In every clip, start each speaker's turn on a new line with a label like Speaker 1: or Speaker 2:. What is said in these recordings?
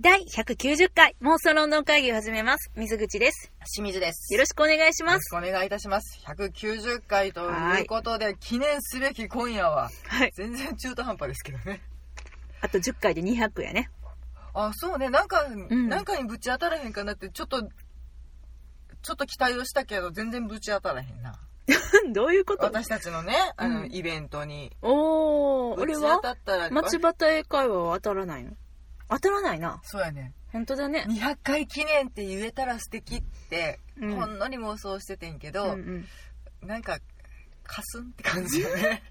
Speaker 1: 第190回、妄想論論会議を始めます。水口です。
Speaker 2: 清水です。
Speaker 1: よろしくお願いし
Speaker 2: よ
Speaker 1: ま
Speaker 2: ろし
Speaker 1: す。
Speaker 2: くお願いいたします。190回ということで、記念すべき今夜 は、
Speaker 1: はい。
Speaker 2: 全然中途半端ですけどね。
Speaker 1: あと10回で200やね。
Speaker 2: あ、そうね、なんか、
Speaker 1: ん
Speaker 2: なんかにぶち当たらへんかなって、ちょっと、ちょっと期待をしたけど、全然ぶち当たらへんな。
Speaker 1: どういうこと
Speaker 2: 私たちのね、あ
Speaker 1: う
Speaker 2: の、
Speaker 1: ん
Speaker 2: イベントに。
Speaker 1: おー、
Speaker 2: ぶ
Speaker 1: 俺
Speaker 2: ち当
Speaker 1: は
Speaker 2: たったら、
Speaker 1: 町端英会話は当たらないの当たらないな。
Speaker 2: そうやね。
Speaker 1: 本当だね。
Speaker 2: 200回記念って言えたら素敵って、
Speaker 1: うん
Speaker 2: ほんのり妄想しててんけ
Speaker 1: う
Speaker 2: ど、
Speaker 1: ん
Speaker 2: なんか、かすんって感じよ ね。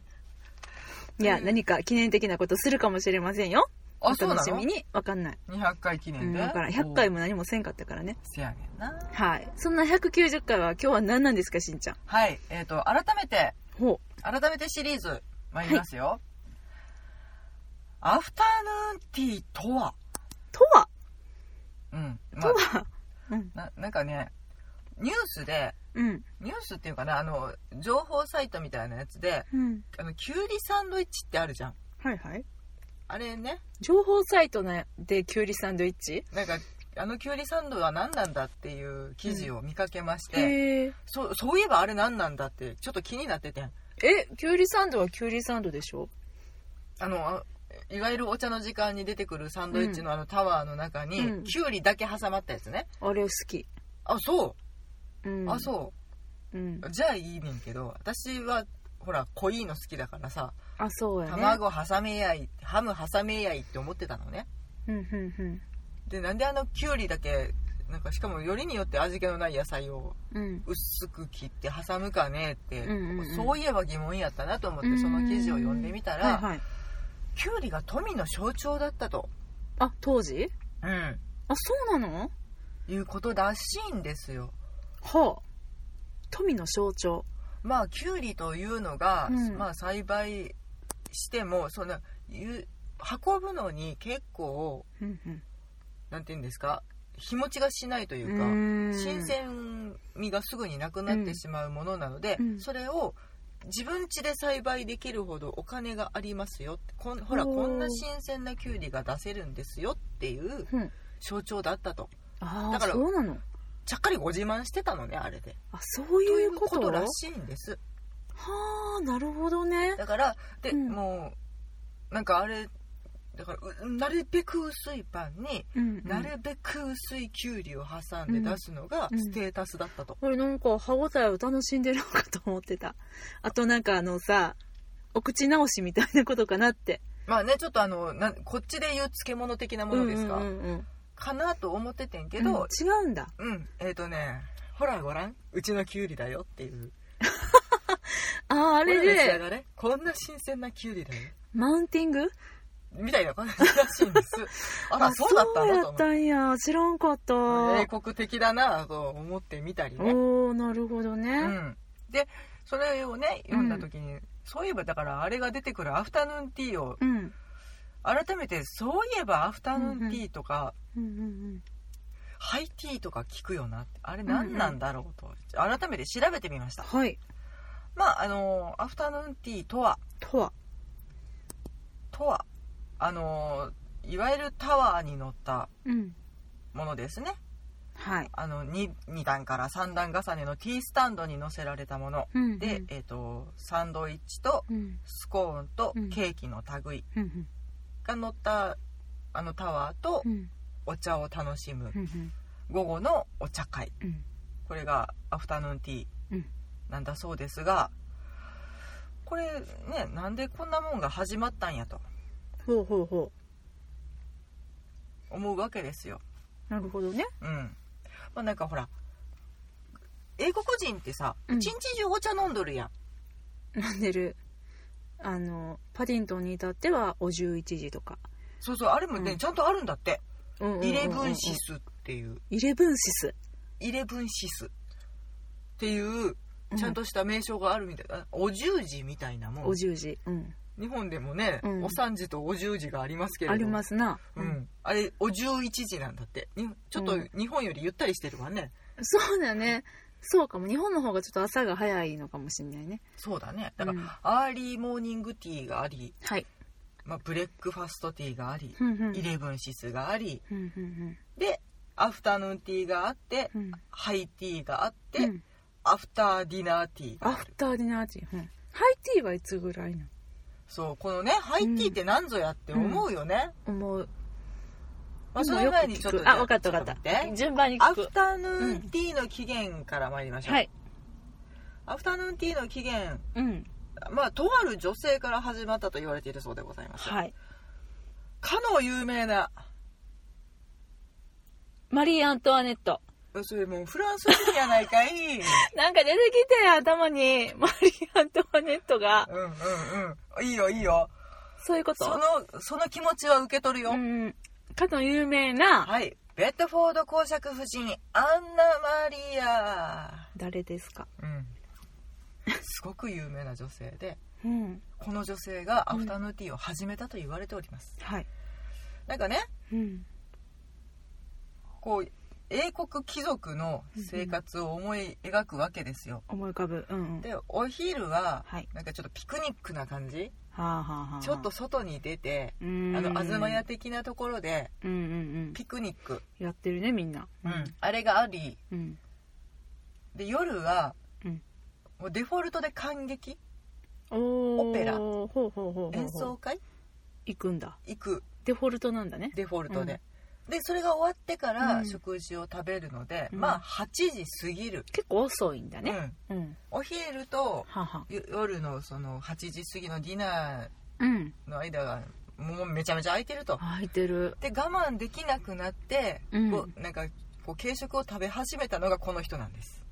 Speaker 1: うん。いや、
Speaker 2: うん
Speaker 1: 何か記念的なことするかもしれませんよ。
Speaker 2: あ、
Speaker 1: お
Speaker 2: そう
Speaker 1: 楽
Speaker 2: な
Speaker 1: しみ
Speaker 2: の
Speaker 1: に。わかんない。
Speaker 2: ?200 回記
Speaker 1: う
Speaker 2: 念
Speaker 1: ん、
Speaker 2: で。
Speaker 1: だから100回も何もせんかったからね。
Speaker 2: せやねんな。
Speaker 1: はい。そんな190回は今日は何なんですか、しんちゃん。
Speaker 2: はい、えっ、と、改めて、
Speaker 1: ほ
Speaker 2: 改めてシリーズ、参りますよ。アフタヌーンティーとは
Speaker 1: う。とは
Speaker 2: うん。
Speaker 1: と
Speaker 2: まあ
Speaker 1: は、うん。
Speaker 2: な、なんかね、ニュースで、
Speaker 1: うん。
Speaker 2: ニュースっていうかな、あの、情報サイトみたいなやつで、
Speaker 1: うん。
Speaker 2: あの、キュウリサンドイッチってあるじゃん。
Speaker 1: はいはい。
Speaker 2: あれね、
Speaker 1: 情報サイトねでキュウリサンドイッチ
Speaker 2: なんか、あのキュウリサンドは何なんだっていう記事を見かけまして、
Speaker 1: へえ。
Speaker 2: そう、そういえばあれ何なんだって、ちょっと気になっててん。
Speaker 1: え、キュウリサンドはキュウリサンドでしょ
Speaker 2: あのあいわゆるお茶の時間に出てくるサンドイッチのあのタワーの中に、
Speaker 1: うん
Speaker 2: きゅうりだけ挟まったやつね
Speaker 1: あれ好き。
Speaker 2: あそうう、
Speaker 1: ん。。
Speaker 2: あそう
Speaker 1: うん。
Speaker 2: うじゃあいいねんけど私はほら濃いの好きだからさ
Speaker 1: あ、そうやね。
Speaker 2: 卵挟めやいハム挟めやいって思ってたのね
Speaker 1: うん、うん、
Speaker 2: でなんであのきゅうりだけなんかしかもよりによって味気のない野菜を
Speaker 1: うん。うん。
Speaker 2: 薄く切って挟むかねって、
Speaker 1: うんうんうん
Speaker 2: そういえば疑問やったなと思ってその記事を読んでみた
Speaker 1: はい
Speaker 2: ら
Speaker 1: はい。
Speaker 2: きゅうりが富の象徴だったと、
Speaker 1: あ、当時
Speaker 2: うん、
Speaker 1: あ、そうなの
Speaker 2: いうことらしいんですよ
Speaker 1: はあ。富の象徴。
Speaker 2: まあキュウリというのが、
Speaker 1: うん
Speaker 2: まあ、栽培してもそのゆ運ぶのに結構
Speaker 1: うん、うん。
Speaker 2: なんて言うんですか日持ちがしないというか、
Speaker 1: ーん
Speaker 2: 新。鮮味がすぐになくなってしまうものなので、
Speaker 1: うん
Speaker 2: それを自分家で栽培できるほどお金がありますよってこんほら
Speaker 1: おー
Speaker 2: こんな新鮮なキュウリが出せるんですよっていう
Speaker 1: うん。
Speaker 2: 象徴だったと
Speaker 1: あ
Speaker 2: だ
Speaker 1: あ、
Speaker 2: から
Speaker 1: そうなの。
Speaker 2: ちゃっかりご自慢してたのねあれで
Speaker 1: あ、そう
Speaker 2: と
Speaker 1: い
Speaker 2: いうう
Speaker 1: こ
Speaker 2: こととらしいんです
Speaker 1: はあ、なるほどね。
Speaker 2: だからで、
Speaker 1: うん
Speaker 2: もうなんかあれだからうなるべく薄いパンに、
Speaker 1: うん、うん。
Speaker 2: なるべく薄いきゅうりを挟んで出すのが
Speaker 1: うん
Speaker 2: ステータスだったと、
Speaker 1: これなんか歯応えを楽しんでるのかと思ってた。あとなんかあのさ、お口直しみたいなことかなって。
Speaker 2: まあねちょっとあのなこっちで言う漬物的なものですか、
Speaker 1: うんうんうん
Speaker 2: かなと思っててんけ
Speaker 1: うん、
Speaker 2: ど
Speaker 1: 違うんだ。
Speaker 2: うん、えっ、とねほらごらんうちのきゅうりだよっていう
Speaker 1: ああ、あ
Speaker 2: あ
Speaker 1: れで、
Speaker 2: こんな新鮮なきゅうりだよ
Speaker 1: マウンティング
Speaker 2: みたいな感じらしいんですあらそうだったん
Speaker 1: そうや
Speaker 2: だと
Speaker 1: っ
Speaker 2: 思
Speaker 1: たんや。知らんかった。
Speaker 2: って英国的だなと思ってみたりね
Speaker 1: おー、なるほど
Speaker 2: う
Speaker 1: ね。
Speaker 2: ん、でそれをね読んだ時に、そういえばだからあれが出てくるアフタヌーンティーを
Speaker 1: うん。うん
Speaker 2: 改めてそういえばアフタヌーンティーとか、
Speaker 1: うんうん
Speaker 2: ハイティーとか聞くよなってあれ何なんだろうと、改めて調べてみました
Speaker 1: はい。
Speaker 2: まああのアフタヌーンティーとは
Speaker 1: とは。
Speaker 2: とはあのいわゆるタワーに乗った
Speaker 1: うん。
Speaker 2: ものですね
Speaker 1: はい。
Speaker 2: あの 2, 2段から3段重ねのティースタンドに乗せられたもの
Speaker 1: うんうん
Speaker 2: で、えっ、とサンドイッチと
Speaker 1: うん。
Speaker 2: スコーンと
Speaker 1: うん
Speaker 2: ケーキの類、
Speaker 1: うんうん
Speaker 2: が乗ったあのタワーと
Speaker 1: うん
Speaker 2: お茶を楽しむ
Speaker 1: うんうん
Speaker 2: 午後のお茶会
Speaker 1: うん
Speaker 2: これがアフタヌーンティー
Speaker 1: うん
Speaker 2: なんだそうですがこれねなんでこんなもんが始まったんやと
Speaker 1: ほうほうほ
Speaker 2: 思うわけですよ。
Speaker 1: う。なるほどね。
Speaker 2: うんまあ、なんかほら英国人ってさ
Speaker 1: うん
Speaker 2: 一日中お茶飲んどるやん、
Speaker 1: 飲んでる。あの、パディントンに至っては、お11時とか。
Speaker 2: そうそうあれもね、
Speaker 1: うん
Speaker 2: ちゃんとあるんだって
Speaker 1: うんうんうんうん
Speaker 2: イレブンシ。スっていう
Speaker 1: イレブンシス。
Speaker 2: イレブンシスっていう
Speaker 1: う
Speaker 2: ちゃん。とした名称があるみたいな、お十字みたいなもん
Speaker 1: お10時。うん。
Speaker 2: 日本でもね、
Speaker 1: うん
Speaker 2: お三時とお十時がありますけれど、
Speaker 1: ありますすな。
Speaker 2: うん。あれお十一時なんだってにちょっと
Speaker 1: うん
Speaker 2: 日本よりゆったりしてるわね、
Speaker 1: そうだね。そうかも。日本の方がちょっと朝が早いのかもしれないね。
Speaker 2: そうだねだから、
Speaker 1: うん
Speaker 2: アーリーモーニングティーがあり
Speaker 1: はい。
Speaker 2: まあ、ブレックファストティーがあり、
Speaker 1: ふんふん
Speaker 2: イレブンシスがあり
Speaker 1: ふんふん
Speaker 2: でアフタヌーンティーがあって、
Speaker 1: ふん
Speaker 2: ハイティーがあって、
Speaker 1: うん
Speaker 2: アフターディナーティー
Speaker 1: ア
Speaker 2: があ
Speaker 1: フ
Speaker 2: る
Speaker 1: ターディナーティー、うんハイティーはいつぐらいなの
Speaker 2: そうこのねハイティーって何ぞやって思うよね、
Speaker 1: 思う
Speaker 2: まあ、そ
Speaker 1: もう
Speaker 2: の
Speaker 1: よく
Speaker 2: 前にちょっ
Speaker 1: 聞
Speaker 2: と
Speaker 1: くあ分かった分かっ
Speaker 2: ちょと
Speaker 1: た
Speaker 2: 待て
Speaker 1: 順番に
Speaker 2: ア
Speaker 1: 聞く
Speaker 2: フタヌーンティーの期限から参りましょう、
Speaker 1: はい
Speaker 2: アフタヌーンティーの期限
Speaker 1: うん
Speaker 2: まあとある女性から始まったと言われているそうでございます、
Speaker 1: はい
Speaker 2: かの有名な
Speaker 1: マリー・アントワネット
Speaker 2: それもうフランス人やないかい
Speaker 1: なんか出てきて頭に マリー・アントワネットが
Speaker 2: うんうんうんいいよいいよ
Speaker 1: そういうこ
Speaker 2: そ
Speaker 1: と
Speaker 2: のその気持ちは受け取るよ、
Speaker 1: うんかの有名な
Speaker 2: はいベッドフォード公爵夫人アンナ・マリア、
Speaker 1: 誰ですか
Speaker 2: うん、すごく有名な女性で
Speaker 1: うん
Speaker 2: この女性がアフタヌーンティーを始めたと言われております、
Speaker 1: はい
Speaker 2: なんかね
Speaker 1: うん
Speaker 2: こう英国貴族の生活を思い描くわけですよ、
Speaker 1: 思い浮かぶうんうん
Speaker 2: でお昼は
Speaker 1: はい
Speaker 2: なんかちょっとピクニックな感じ、
Speaker 1: はあはあはあ
Speaker 2: ちょっと外に出て、
Speaker 1: うーん
Speaker 2: あの東屋的なところで
Speaker 1: うんうんうん
Speaker 2: ピクニック、
Speaker 1: やってるねみんな
Speaker 2: あれがあり
Speaker 1: うん
Speaker 2: で夜は、
Speaker 1: うん
Speaker 2: もうデフォルトで感激
Speaker 1: おー
Speaker 2: オペラ
Speaker 1: ほうほうほうほう
Speaker 2: 演奏会
Speaker 1: 行くんだ
Speaker 2: 行く
Speaker 1: デフォルトなんだね
Speaker 2: デフォルトで、でそれが終わってか
Speaker 1: う
Speaker 2: ら
Speaker 1: ん
Speaker 2: 食事を食べるので、
Speaker 1: うん
Speaker 2: まあ8時過ぎる、
Speaker 1: 結構遅いんだ
Speaker 2: う
Speaker 1: ね
Speaker 2: ん
Speaker 1: うん
Speaker 2: お昼と
Speaker 1: はは
Speaker 2: よ夜のその8時過ぎのディナー
Speaker 1: うん
Speaker 2: の間がもうめちゃめちゃ空いてると
Speaker 1: 空いてる
Speaker 2: で我慢できなくなって、
Speaker 1: うん
Speaker 2: こうなんかこう軽食を食べ始めたのがこの人なんです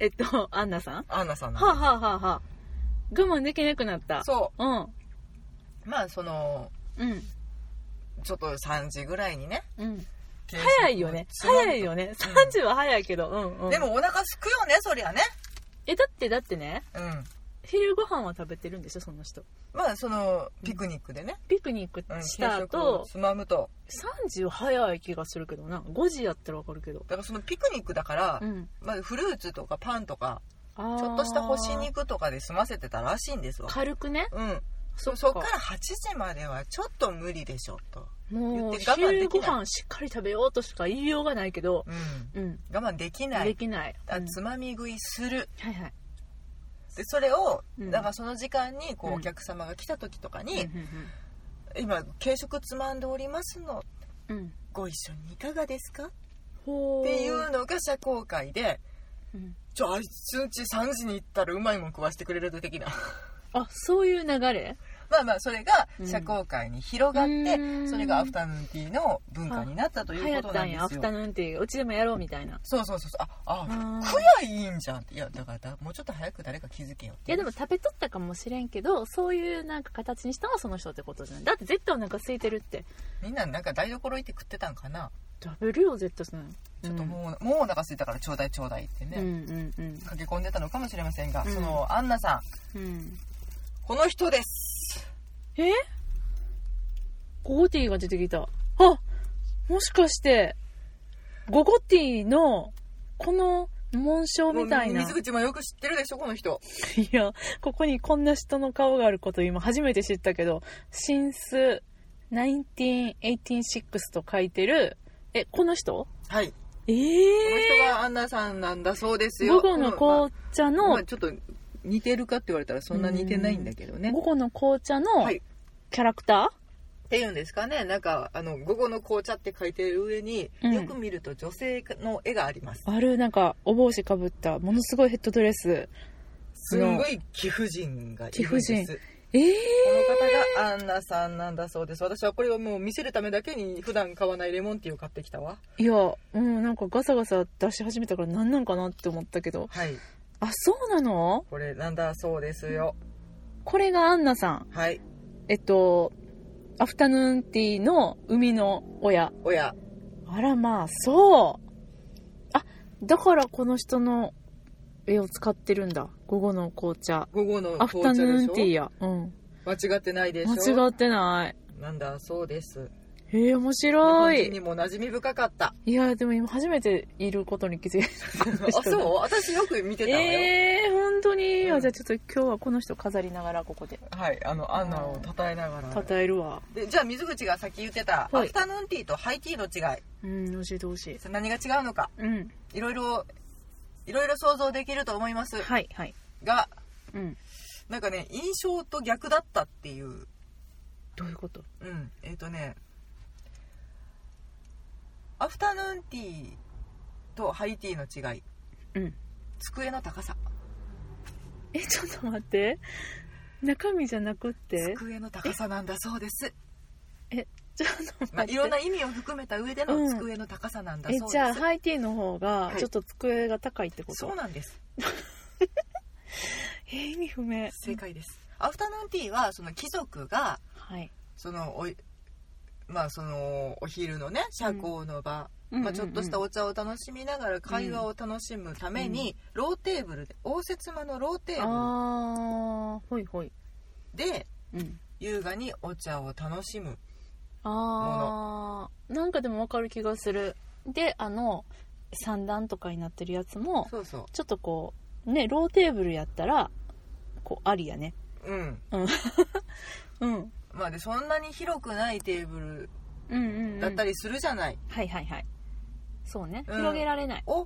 Speaker 1: えっとアンナさん
Speaker 2: アンナさん
Speaker 1: はあ、
Speaker 2: なんで
Speaker 1: はあはあはあ、我慢できなくなった
Speaker 2: すそ
Speaker 1: うん
Speaker 2: うまあその
Speaker 1: うん
Speaker 2: ちょっと3時ぐらいにね
Speaker 1: うん
Speaker 2: 軽食を
Speaker 1: 早いよね
Speaker 2: つまむと
Speaker 1: 早いよね3時は早いけどうんうん
Speaker 2: でもお腹すくよねそりゃね
Speaker 1: えだってだってね
Speaker 2: うん
Speaker 1: 昼ご飯は食べてるんでしょその人
Speaker 2: まあそのピクニックでね、
Speaker 1: ピクニック
Speaker 2: うん、
Speaker 1: した
Speaker 2: 軽食を
Speaker 1: 後、
Speaker 2: つまむと
Speaker 1: 3時は早い気がするけどな5時やったらわかるけど
Speaker 2: だからそのピクニックだから、
Speaker 1: うん
Speaker 2: まあ、フルーツとかパンとか
Speaker 1: ち
Speaker 2: ちょっとした干し肉とかで済ませてたらしいんですわ
Speaker 1: 軽くね
Speaker 2: うん
Speaker 1: そ
Speaker 2: そ
Speaker 1: っ
Speaker 2: そっ
Speaker 1: か
Speaker 2: から8時まではちょっと無理でしょと、
Speaker 1: もう
Speaker 2: 言って我慢で
Speaker 1: 昼
Speaker 2: き
Speaker 1: ご
Speaker 2: ない
Speaker 1: 飯しっかり食べようとしか言いようがないけど
Speaker 2: うん、
Speaker 1: うん
Speaker 2: 我慢できな
Speaker 1: で
Speaker 2: い
Speaker 1: きない
Speaker 2: あ
Speaker 1: うん
Speaker 2: つまみ食いする
Speaker 1: はいはい
Speaker 2: でそれを、
Speaker 1: うん
Speaker 2: だからその時間にこう、
Speaker 1: うん
Speaker 2: お客様が来た時とか
Speaker 1: うん
Speaker 2: に「今軽食つまんでおりますの
Speaker 1: うんうん
Speaker 2: ご一緒にいかがですか?」
Speaker 1: ほー
Speaker 2: っていうのが社交界で
Speaker 1: うん
Speaker 2: 「ちょあいつんち3時に行ったらうまいもん食わしてくれる」的な
Speaker 1: あそういう流れ
Speaker 2: まあまあそれが社交界に広がって、
Speaker 1: うん
Speaker 2: それがアフタヌーンティーの文化になったと
Speaker 1: 流
Speaker 2: いう
Speaker 1: 行
Speaker 2: こ
Speaker 1: っ
Speaker 2: と
Speaker 1: た
Speaker 2: なんんで
Speaker 1: やア
Speaker 2: す
Speaker 1: フ
Speaker 2: よ
Speaker 1: タ。ヌーンティーうちでもやろうみたいない
Speaker 2: そうそうそうそうああ
Speaker 1: あー
Speaker 2: 食やいいんじゃんっていやだからだもうちょっと早く誰か気づけよって
Speaker 1: やでも食べとったかもしれんけどそういうなんか形にしたのはその人ってことじゃないだって絶対お腹空いてるって
Speaker 2: みんななんか台所行って食ってたんかな
Speaker 1: 食べるよ絶対その
Speaker 2: ちょっともう、もうお腹空いたからちょうだいちょうだいってね、
Speaker 1: うんうんうん
Speaker 2: 駆け込んでたのかもしれませんが、
Speaker 1: うん
Speaker 2: そのアンナさん
Speaker 1: うんうん
Speaker 2: この人です
Speaker 1: えゴゴティーが出てきたあもしかしてゴゴティーのこの紋章みたい
Speaker 2: もう
Speaker 1: な
Speaker 2: 水口もよく知ってるでしょこの人
Speaker 1: いや、ここにこんな人の顔があること今初めて知ったけど、シンス19186と書いてる、え、この人
Speaker 2: はいこ
Speaker 1: え
Speaker 2: の
Speaker 1: え
Speaker 2: 人がアンナさんなんだそうです
Speaker 1: ー、
Speaker 2: よ
Speaker 1: 午後の
Speaker 2: こ
Speaker 1: 紅茶
Speaker 2: まあま
Speaker 1: の
Speaker 2: あ、ちょっと似てるかって言われたらそんな似てないんだけどね
Speaker 1: 午後の紅茶の
Speaker 2: はい
Speaker 1: キャラクタ
Speaker 2: っていうんですかねなんかあの「午後の紅茶」って書いてる上に、
Speaker 1: うん
Speaker 2: よく見ると女性の絵があります
Speaker 1: ー、あるなんかお帽子かぶったものすごいヘッドドレス
Speaker 2: すんごい貴婦人がいるんです
Speaker 1: 貴婦人ええ
Speaker 2: この方がアンナさんなんだそうです私はこれをもう見せるためだけに普段買わないレモンティーを買ってきたわ
Speaker 1: ー、いやうんなんかガサガサ出し始めたから何なんかなって思ったけど
Speaker 2: はい
Speaker 1: あそうなの
Speaker 2: これなんだそうですよ
Speaker 1: これがアンナさん
Speaker 2: はい
Speaker 1: えっと、アフタヌーンティーの生みの親。
Speaker 2: おや
Speaker 1: あらまあ、そう。あ、だからこの人の絵を使ってるんだ。午後の紅茶。
Speaker 2: 午後の
Speaker 1: アフタ
Speaker 2: 紅茶
Speaker 1: ヌー
Speaker 2: で
Speaker 1: ンティー
Speaker 2: し
Speaker 1: や。うん。
Speaker 2: ょ間違ってないでしょ
Speaker 1: 間違ってない。
Speaker 2: なんだそうです
Speaker 1: えー、面
Speaker 2: 日
Speaker 1: 白
Speaker 2: 本人
Speaker 1: い
Speaker 2: にも馴染み深かった。
Speaker 1: いやでも今初めていることに気づい
Speaker 2: あ、 そう私よく見て
Speaker 1: た
Speaker 2: たわよ。
Speaker 1: ええー、本当に、
Speaker 2: うん
Speaker 1: あじゃあちょっと今日はこの人飾りながらここで
Speaker 2: はい、あの、アンナを称えながら。
Speaker 1: 称えるわ
Speaker 2: でじゃあ水口が先言ってた、
Speaker 1: はい
Speaker 2: アフタヌーンティーとハイティーの違い
Speaker 1: うん教えてほしい
Speaker 2: それ何が違うのか
Speaker 1: うん
Speaker 2: いろいろいろいろ想像できると思います
Speaker 1: はいはい
Speaker 2: が
Speaker 1: うん
Speaker 2: なんかね印象と逆だったっていう
Speaker 1: どういうこと
Speaker 2: うんえっ、とねアフタヌーンティーとハイティーの違い
Speaker 1: うん
Speaker 2: 机の高さ
Speaker 1: えちょっと待って中身じゃなくって
Speaker 2: 机の高さなんだそうです、
Speaker 1: ちょっと
Speaker 2: まあ、
Speaker 1: 待
Speaker 2: い
Speaker 1: っ
Speaker 2: ろ
Speaker 1: て
Speaker 2: んな意味を含めた上で
Speaker 1: う
Speaker 2: の
Speaker 1: ん
Speaker 2: 机の高さなんだ
Speaker 1: え
Speaker 2: そうです、
Speaker 1: じゃあハイティーの方が
Speaker 2: はい
Speaker 1: ちょっと机が高いってこと、
Speaker 2: そうなんです
Speaker 1: えー意味不明
Speaker 2: 正解です、アフタヌーンティーはその貴族が
Speaker 1: はい、
Speaker 2: そのおいまあそのお昼のね社交の場、まあ、ちょっとした
Speaker 1: お
Speaker 2: お茶を楽しみながら会話を楽しむために、ローテーブルで応接間のローテー
Speaker 1: ああほいほい
Speaker 2: ブルで
Speaker 1: うん
Speaker 2: 優雅にお茶を楽しむ
Speaker 1: あーなんかでもわかる気がするであの三段とかになってるやつも
Speaker 2: そうそ
Speaker 1: ちょっとこうねローテーブルやったらこうありやね
Speaker 2: ううん
Speaker 1: うん
Speaker 2: まあでそんなに広くないテーブル
Speaker 1: うんうん、うん、
Speaker 2: だった
Speaker 1: り
Speaker 2: りするじゃない、
Speaker 1: はいはいはいそうね
Speaker 2: うん
Speaker 1: 広げられない、
Speaker 2: を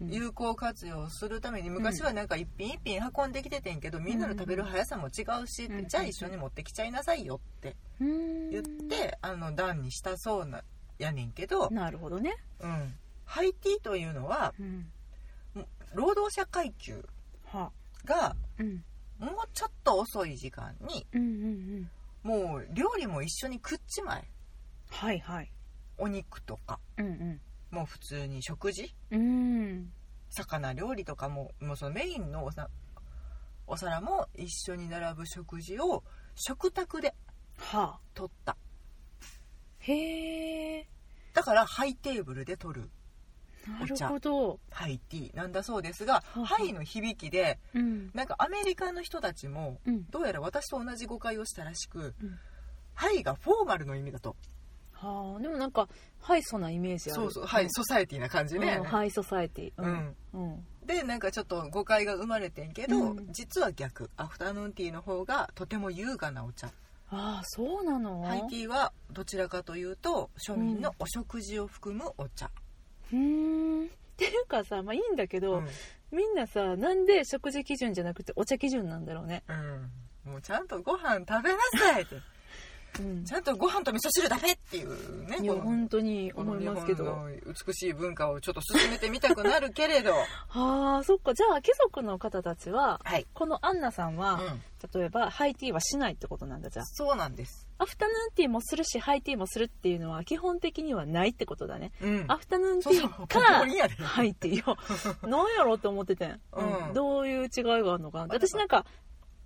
Speaker 1: うん
Speaker 2: 有効活用するために昔はなんか一品一品運んできててんけど、みんなの食べる速さも違うし、
Speaker 1: うん
Speaker 2: じゃあ一緒に持ってきちゃいなさいよって
Speaker 1: うーん
Speaker 2: 言って、あの段にしたそうなやねんけど、
Speaker 1: なるほどね、
Speaker 2: うん、ハイティーというのは
Speaker 1: うん、
Speaker 2: 労働者階級
Speaker 1: は
Speaker 2: が
Speaker 1: うん
Speaker 2: もうちょっと遅い時間に
Speaker 1: うんうんうん
Speaker 2: もう料理も一緒に食っちまえ
Speaker 1: はいはい
Speaker 2: お肉とか
Speaker 1: うん
Speaker 2: もう普通に食事
Speaker 1: うんうん
Speaker 2: 魚料理とかももうそのメインのおさお皿も一緒に並ぶ食事を食卓で
Speaker 1: はあ
Speaker 2: 取った
Speaker 1: へえ
Speaker 2: だからハイテーブルで取る
Speaker 1: なるほど
Speaker 2: ハイティーなんだそうですが
Speaker 1: はは
Speaker 2: ハイの響きで
Speaker 1: うん
Speaker 2: なんかアメリカの人たちも
Speaker 1: うん
Speaker 2: どうやら私と同じ誤解をしたらしく、
Speaker 1: うん
Speaker 2: ハイがフォーマルの意味だと
Speaker 1: はあでもなんかハイソなイメージある
Speaker 2: そうそうハイ、ソサエティな感じ
Speaker 1: うん
Speaker 2: ね
Speaker 1: うん、ハイソサエティ
Speaker 2: うん
Speaker 1: うん
Speaker 2: でなんかちょっと誤解が生まれてんけど、
Speaker 1: うん
Speaker 2: 実は逆アフタヌーンティーの方がとても優雅なお茶
Speaker 1: ああそうなの
Speaker 2: ハイティーはどちらかというと庶民のお食事を含むお茶、
Speaker 1: うーんっていうかさまあいいんだけ
Speaker 2: うん
Speaker 1: ど、みんなさなんで食事基準じゃなくてお茶基準なんだろうね
Speaker 2: うんもうちゃんとご飯食べなさいって
Speaker 1: うん
Speaker 2: ちゃんとご飯と味噌汁だめっていうね
Speaker 1: いや
Speaker 2: この
Speaker 1: 本当に
Speaker 2: この
Speaker 1: 思い
Speaker 2: 日
Speaker 1: ます
Speaker 2: 本
Speaker 1: けど
Speaker 2: の美しい文化をちょっと進めてみたくなるけれど
Speaker 1: ああそっかじゃあ貴族の方たちは
Speaker 2: はい、
Speaker 1: このアンナさん
Speaker 2: う
Speaker 1: は、
Speaker 2: ん、
Speaker 1: 例えばハイティーはしないってことなんだじゃあ
Speaker 2: そうなんです、
Speaker 1: アフタヌーンティーもするしハイティーもするっていうのは基本的にはないってことだね、
Speaker 2: うん、
Speaker 1: アフタヌーンテ
Speaker 2: そう
Speaker 1: ィ
Speaker 2: そ
Speaker 1: ー
Speaker 2: うポッコ
Speaker 1: か
Speaker 2: リンやで、
Speaker 1: ハイティ ーを何やろって思っててん、
Speaker 2: うん
Speaker 1: うんどういう違いがあるのかなって私なんか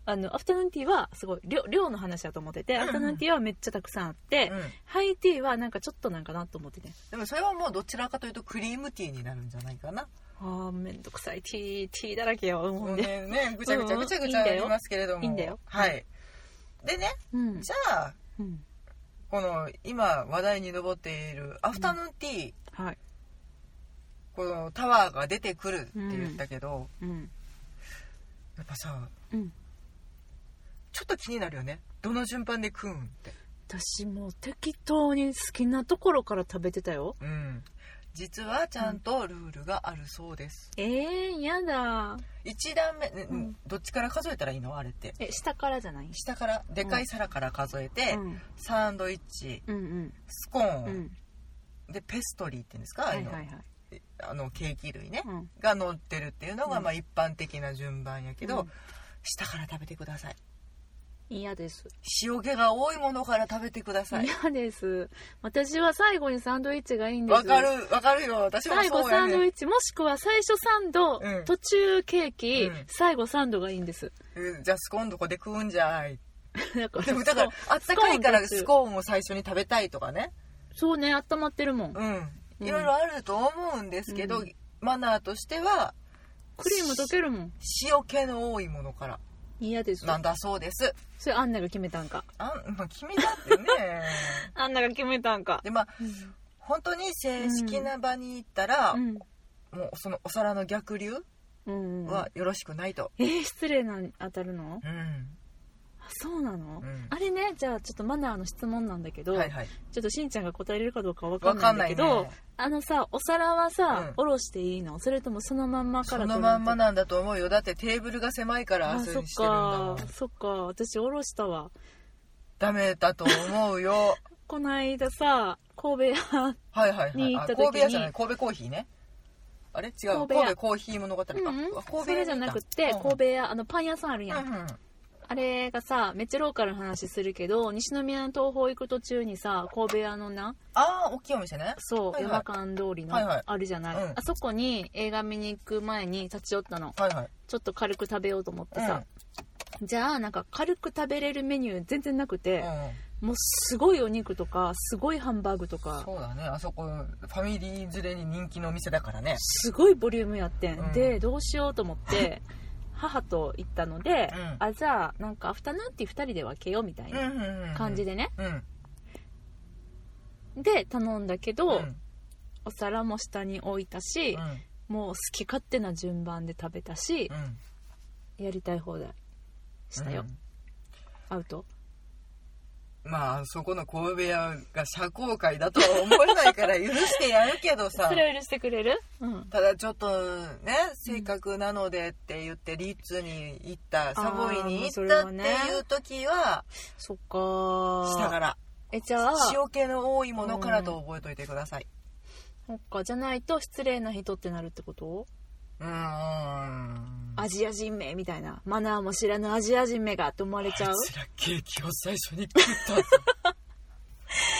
Speaker 1: あのアフタヌーンティーはすごい量量の話だと思ってて、
Speaker 2: うん
Speaker 1: アフタヌーンティーはめっちゃたくさんあって、
Speaker 2: うん
Speaker 1: ハイティーはなんかちょっとなんかなと思ってて
Speaker 2: でもそれはもうどちらかというとクリームティーになるんじゃないかな。
Speaker 1: ああめんどくさいティーティーだらけやわ
Speaker 2: も
Speaker 1: 思
Speaker 2: う
Speaker 1: うんで、
Speaker 2: ね、ねぐちゃぐちゃ
Speaker 1: うん
Speaker 2: ぐちゃぐち
Speaker 1: いい
Speaker 2: ゃあ
Speaker 1: んだ
Speaker 2: り
Speaker 1: よ
Speaker 2: ますけれども。
Speaker 1: いいんだよ
Speaker 2: はい。でね、
Speaker 1: うん
Speaker 2: じゃあ、
Speaker 1: うん
Speaker 2: この今話題に上っているアフタヌーンティー、
Speaker 1: はい
Speaker 2: このタワーが出てくるって言ったけど、
Speaker 1: うん
Speaker 2: やっぱさ、
Speaker 1: うん
Speaker 2: ちょっと気になるよね。どの順番で食うんって。
Speaker 1: 私もう適当に好きなところから食べてたよ
Speaker 2: うん。実はちゃんとルールがあるそうです。
Speaker 1: えー、やだ
Speaker 2: 一段目、ね
Speaker 1: うん
Speaker 2: どっちから数えたらいいのあれって。
Speaker 1: え下からじゃない
Speaker 2: 下から、でかい皿から数えて、
Speaker 1: うん
Speaker 2: サンドイッチ、
Speaker 1: うん
Speaker 2: スコーン、
Speaker 1: うんうん
Speaker 2: でペストリーって言うんですか、あ
Speaker 1: は
Speaker 2: あい
Speaker 1: いう
Speaker 2: の
Speaker 1: はいはい
Speaker 2: あのケーキ類ね、
Speaker 1: うん
Speaker 2: が乗ってるっていうのが、
Speaker 1: うん
Speaker 2: まあ、一般的な順番やけど、
Speaker 1: うん
Speaker 2: 下から食べてください
Speaker 1: 嫌です
Speaker 2: 塩気が多いものから食べてください
Speaker 1: 嫌です私は最後にサンドイッチがいいんです
Speaker 2: わかるわかるよ私も
Speaker 1: 最
Speaker 2: そ
Speaker 1: 後
Speaker 2: うや
Speaker 1: サンドイ
Speaker 2: ね
Speaker 1: ッチもしくは最初サンド、
Speaker 2: うん
Speaker 1: 途中ケーキ、
Speaker 2: うん
Speaker 1: 最後サンドがいいんです
Speaker 2: うんじゃあスコーンどこで食うんじゃい
Speaker 1: だから
Speaker 2: でもだから
Speaker 1: そう
Speaker 2: あったかいから
Speaker 1: ス
Speaker 2: ス
Speaker 1: コ
Speaker 2: コーンを最初に食べたいとかね
Speaker 1: そうね温まってるもん、
Speaker 2: うん
Speaker 1: うん
Speaker 2: いろいろあると思うんですけど、
Speaker 1: うん
Speaker 2: マナーとしては
Speaker 1: クリーム溶けるもん
Speaker 2: 塩気の多いものから
Speaker 1: 嫌です
Speaker 2: なんだそうです
Speaker 1: それアンナが決めたんか
Speaker 2: あん、まあ、君だって ね
Speaker 1: アンナが決めたんか
Speaker 2: でまあ本当に正式な場に行ったら、
Speaker 1: うん
Speaker 2: もうそのお皿の逆流
Speaker 1: うん、うん、
Speaker 2: はよろしくないと
Speaker 1: えー、失礼なに当たるの
Speaker 2: うん、
Speaker 1: あそうなの、
Speaker 2: うん
Speaker 1: あれねじゃあちょっとマナーの質問なんだけど、
Speaker 2: はいはい
Speaker 1: ちょっとしんちゃんが答えれるかどうかわかんないんだけ
Speaker 2: わかん
Speaker 1: ど、
Speaker 2: ないね
Speaker 1: あのさお皿はさ、
Speaker 2: う
Speaker 1: おろしていいのそれともそのまんまか
Speaker 2: そ
Speaker 1: ら
Speaker 2: の
Speaker 1: 取る
Speaker 2: まんまなんだと思うよだってテーブルが狭いから
Speaker 1: あ
Speaker 2: それ
Speaker 1: そっ
Speaker 2: にしてるんだも
Speaker 1: か
Speaker 2: ん
Speaker 1: そっか私おろしたわ
Speaker 2: ダメだと思うよ
Speaker 1: こないださ神戸屋
Speaker 2: はいはいは
Speaker 1: に
Speaker 2: い
Speaker 1: 行っ
Speaker 2: あ
Speaker 1: た時に
Speaker 2: 神戸屋じゃない神戸コーヒーねあれ違う
Speaker 1: 神
Speaker 2: 神
Speaker 1: 戸
Speaker 2: 戸
Speaker 1: 屋
Speaker 2: コーヒー物語か、
Speaker 1: う
Speaker 2: あ
Speaker 1: ん
Speaker 2: 神
Speaker 1: そ
Speaker 2: 戸
Speaker 1: れ
Speaker 2: 屋に行った
Speaker 1: じゃなくって
Speaker 2: うん
Speaker 1: 神戸屋あのパン屋さんあるやん、
Speaker 2: うんうん
Speaker 1: あれがさめっちゃローカルの話するけど西宮の東宝行く途中にさ神戸屋のな
Speaker 2: ああ大きいお店ね
Speaker 1: そう、
Speaker 2: はいはい
Speaker 1: 山間通りの、
Speaker 2: はいはい
Speaker 1: あるじゃない、
Speaker 2: うん
Speaker 1: あそこに映画見に行く前に立ち寄ったの
Speaker 2: はいはい
Speaker 1: ちょっと軽く食べようと思ってさ、じゃあなんか軽く食べれるメニュー全然なく
Speaker 2: う
Speaker 1: て
Speaker 2: ん、、うん
Speaker 1: もうすごいお肉とかすごいハンバーグとか
Speaker 2: そうだねあそこファミリー連れに人気のお店だからね
Speaker 1: すごいボリュームやってん、
Speaker 2: うん
Speaker 1: でどうしようと思って 母と行ったので、
Speaker 2: うん
Speaker 1: あじゃあなんかアフタヌーンティー2人で分けようみたいな感じ
Speaker 2: で
Speaker 1: でね、
Speaker 2: うん
Speaker 1: で頼んだけど、
Speaker 2: うん
Speaker 1: お皿も下に置いたし
Speaker 2: う、ん
Speaker 1: もう好き勝手な順番で食べたし
Speaker 2: う、ん
Speaker 1: やりたい放題したよ、アウト
Speaker 2: まあそこの神戸屋が社交界だとは思えないから許してやるけど さ
Speaker 1: それを許してくれるうん
Speaker 2: ただちょっとね性格なのでって言ってリッツに行ったサボイに行ったっていう時は
Speaker 1: そっかー
Speaker 2: 下から
Speaker 1: えじゃあ
Speaker 2: 塩気の多いものからと覚えといてください
Speaker 1: そっかじゃないと失礼な人ってなるってこと
Speaker 2: うーん
Speaker 1: アジア人名みたいなマナーも知らぬアジア人名がって思われちゃう
Speaker 2: あいつらケーキを最初に食ったぞ